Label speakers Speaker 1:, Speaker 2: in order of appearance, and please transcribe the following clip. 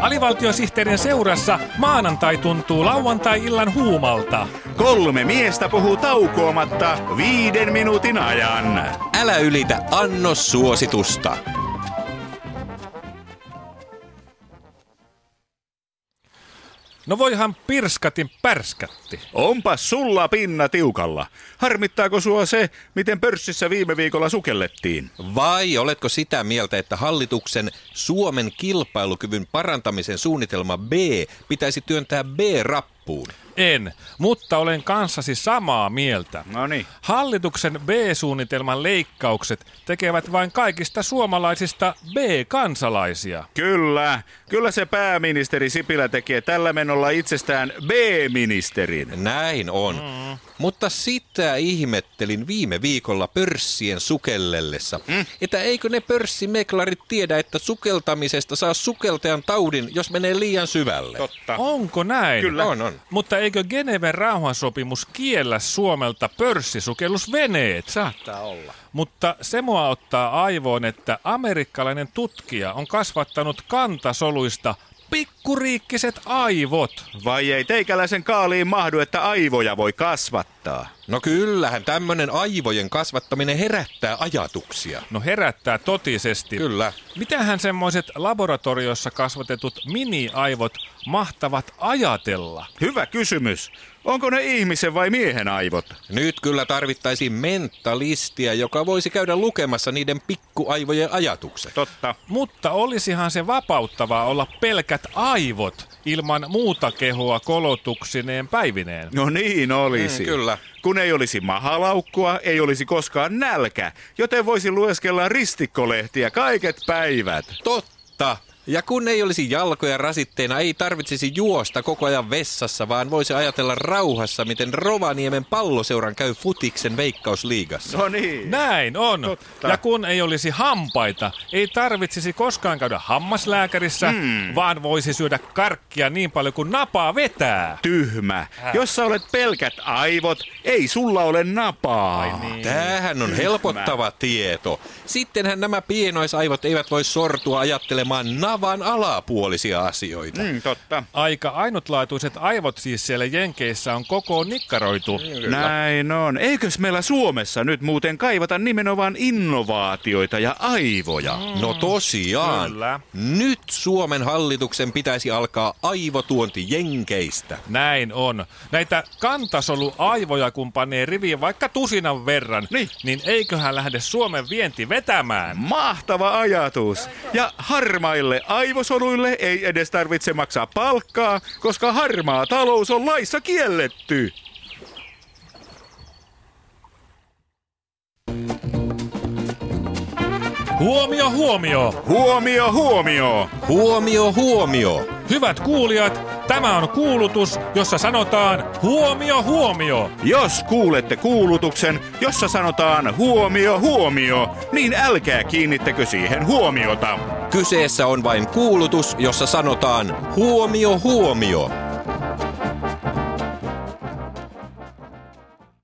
Speaker 1: Alivaltiosihteerin seurassa maanantai tuntuu lauantai-illan huumalta.
Speaker 2: Kolme miestä puhuu taukoamatta viiden minuutin ajan.
Speaker 3: Älä ylitä annossuositusta.
Speaker 1: No voihan pirskatin pärskatti.
Speaker 2: Onpa sulla pinna tiukalla. Harmittaako sua se, miten pörssissä viime viikolla sukellettiin?
Speaker 3: Vai oletko sitä mieltä, että hallituksen Suomen kilpailukyvyn parantamisen suunnitelma B pitäisi työntää B-rappuun?
Speaker 1: En, mutta olen kanssasi samaa mieltä.
Speaker 2: No niin.
Speaker 1: Hallituksen B-suunnitelman leikkaukset tekevät vain kaikista suomalaisista B-kansalaisia.
Speaker 2: Kyllä, kyllä se pääministeri Sipilä tekee tällä menolla itsestään B-ministerin.
Speaker 3: Näin on. Mm. Mutta sitä ihmettelin viime viikolla pörssien sukellellessa, mm. että eikö ne pörssimeklarit tiedä, että sukeltamisesta saa sukeltajan taudin, jos menee liian syvälle.
Speaker 2: Totta.
Speaker 1: Onko näin?
Speaker 2: Kyllä.
Speaker 3: On, on.
Speaker 1: Mutta eikö Geneven rauhansopimus kiellä Suomelta pörssisukellusveneet?
Speaker 2: Saattaa olla.
Speaker 1: Mutta se mua ottaa aivoon, että amerikkalainen tutkija on kasvattanut kantasoluista pikkuriikkiset aivot.
Speaker 2: Vai ei teikäläisen kaaliin mahdu, että aivoja voi kasvattaa?
Speaker 3: No kyllähän tämmöinen aivojen kasvattaminen herättää ajatuksia.
Speaker 1: No herättää totisesti.
Speaker 3: Kyllä.
Speaker 1: Mitähän semmoiset laboratoriossa kasvatetut mini-aivot mahtavat ajatella?
Speaker 2: Hyvä kysymys. Onko ne ihmisen vai miehen aivot?
Speaker 3: Nyt kyllä tarvittaisiin mentalistia, joka voisi käydä lukemassa niiden pikkuaivojen ajatukset.
Speaker 2: Totta.
Speaker 1: Mutta olisihan se vapauttavaa olla pelkät aivot ilman muuta kehoa kolotuksineen päivineen.
Speaker 2: No niin olisi.
Speaker 3: Mm, kyllä.
Speaker 2: Kun ei olisi mahalaukkoa, ei olisi koskaan nälkä, joten voisi lueskella ristikkolehtiä kaiket päivät.
Speaker 3: Totta. Ja kun ei olisi jalkoja rasitteena, ei tarvitsisi juosta koko ajan vessassa, vaan voisi ajatella rauhassa, miten Rovaniemen palloseuran käy futiksen veikkausliigassa.
Speaker 2: No niin.
Speaker 1: Näin on.
Speaker 2: Totta.
Speaker 1: Ja kun ei olisi hampaita, ei tarvitsisi koskaan käydä hammaslääkärissä,
Speaker 2: Hmm.
Speaker 1: mm. vaan voisi syödä karkkia niin paljon kuin napaa vetää.
Speaker 2: Tyhmä. Jos sä olet pelkät aivot, ei sulla ole napaa. Ai niin.
Speaker 3: Tämähän on helpottava tieto. Sittenhän nämä pienoisaivot eivät voi sortua ajattelemaan navan alapuolisia asioita.
Speaker 2: Mm, totta.
Speaker 1: Aika ainutlaatuiset aivot siis siellä Jenkeissä on koko nikkaroitu.
Speaker 2: Niin, Näin on. Eikös meillä Suomessa nyt muuten kaivata nimenomaan innovaatioita ja aivoja?
Speaker 3: No tosiaan.
Speaker 1: Kyllä.
Speaker 3: Nyt Suomen hallituksen pitäisi alkaa aivotuonti jenkeistä.
Speaker 1: Näin on. Näitä kantasoluaivoja kun panee riviin vaikka tusinan verran,
Speaker 2: Niin.
Speaker 1: niin eiköhän lähde Suomen vienti vetämään.
Speaker 2: Mahtava ajatus. Ja harmaille aivosoluille ei edes tarvitse maksaa palkkaa, koska harmaa talous on laissa kielletty.
Speaker 1: Huomio, huomio!
Speaker 2: Huomio, huomio!
Speaker 3: Huomio, huomio!
Speaker 1: Hyvät kuulijat, tämä on kuulutus, jossa sanotaan huomio, huomio!
Speaker 2: Jos kuulette kuulutuksen, jossa sanotaan huomio, huomio, niin älkää kiinnittäkö siihen huomiota.
Speaker 3: Kyseessä on vain kuulutus, jossa sanotaan huomio, huomio.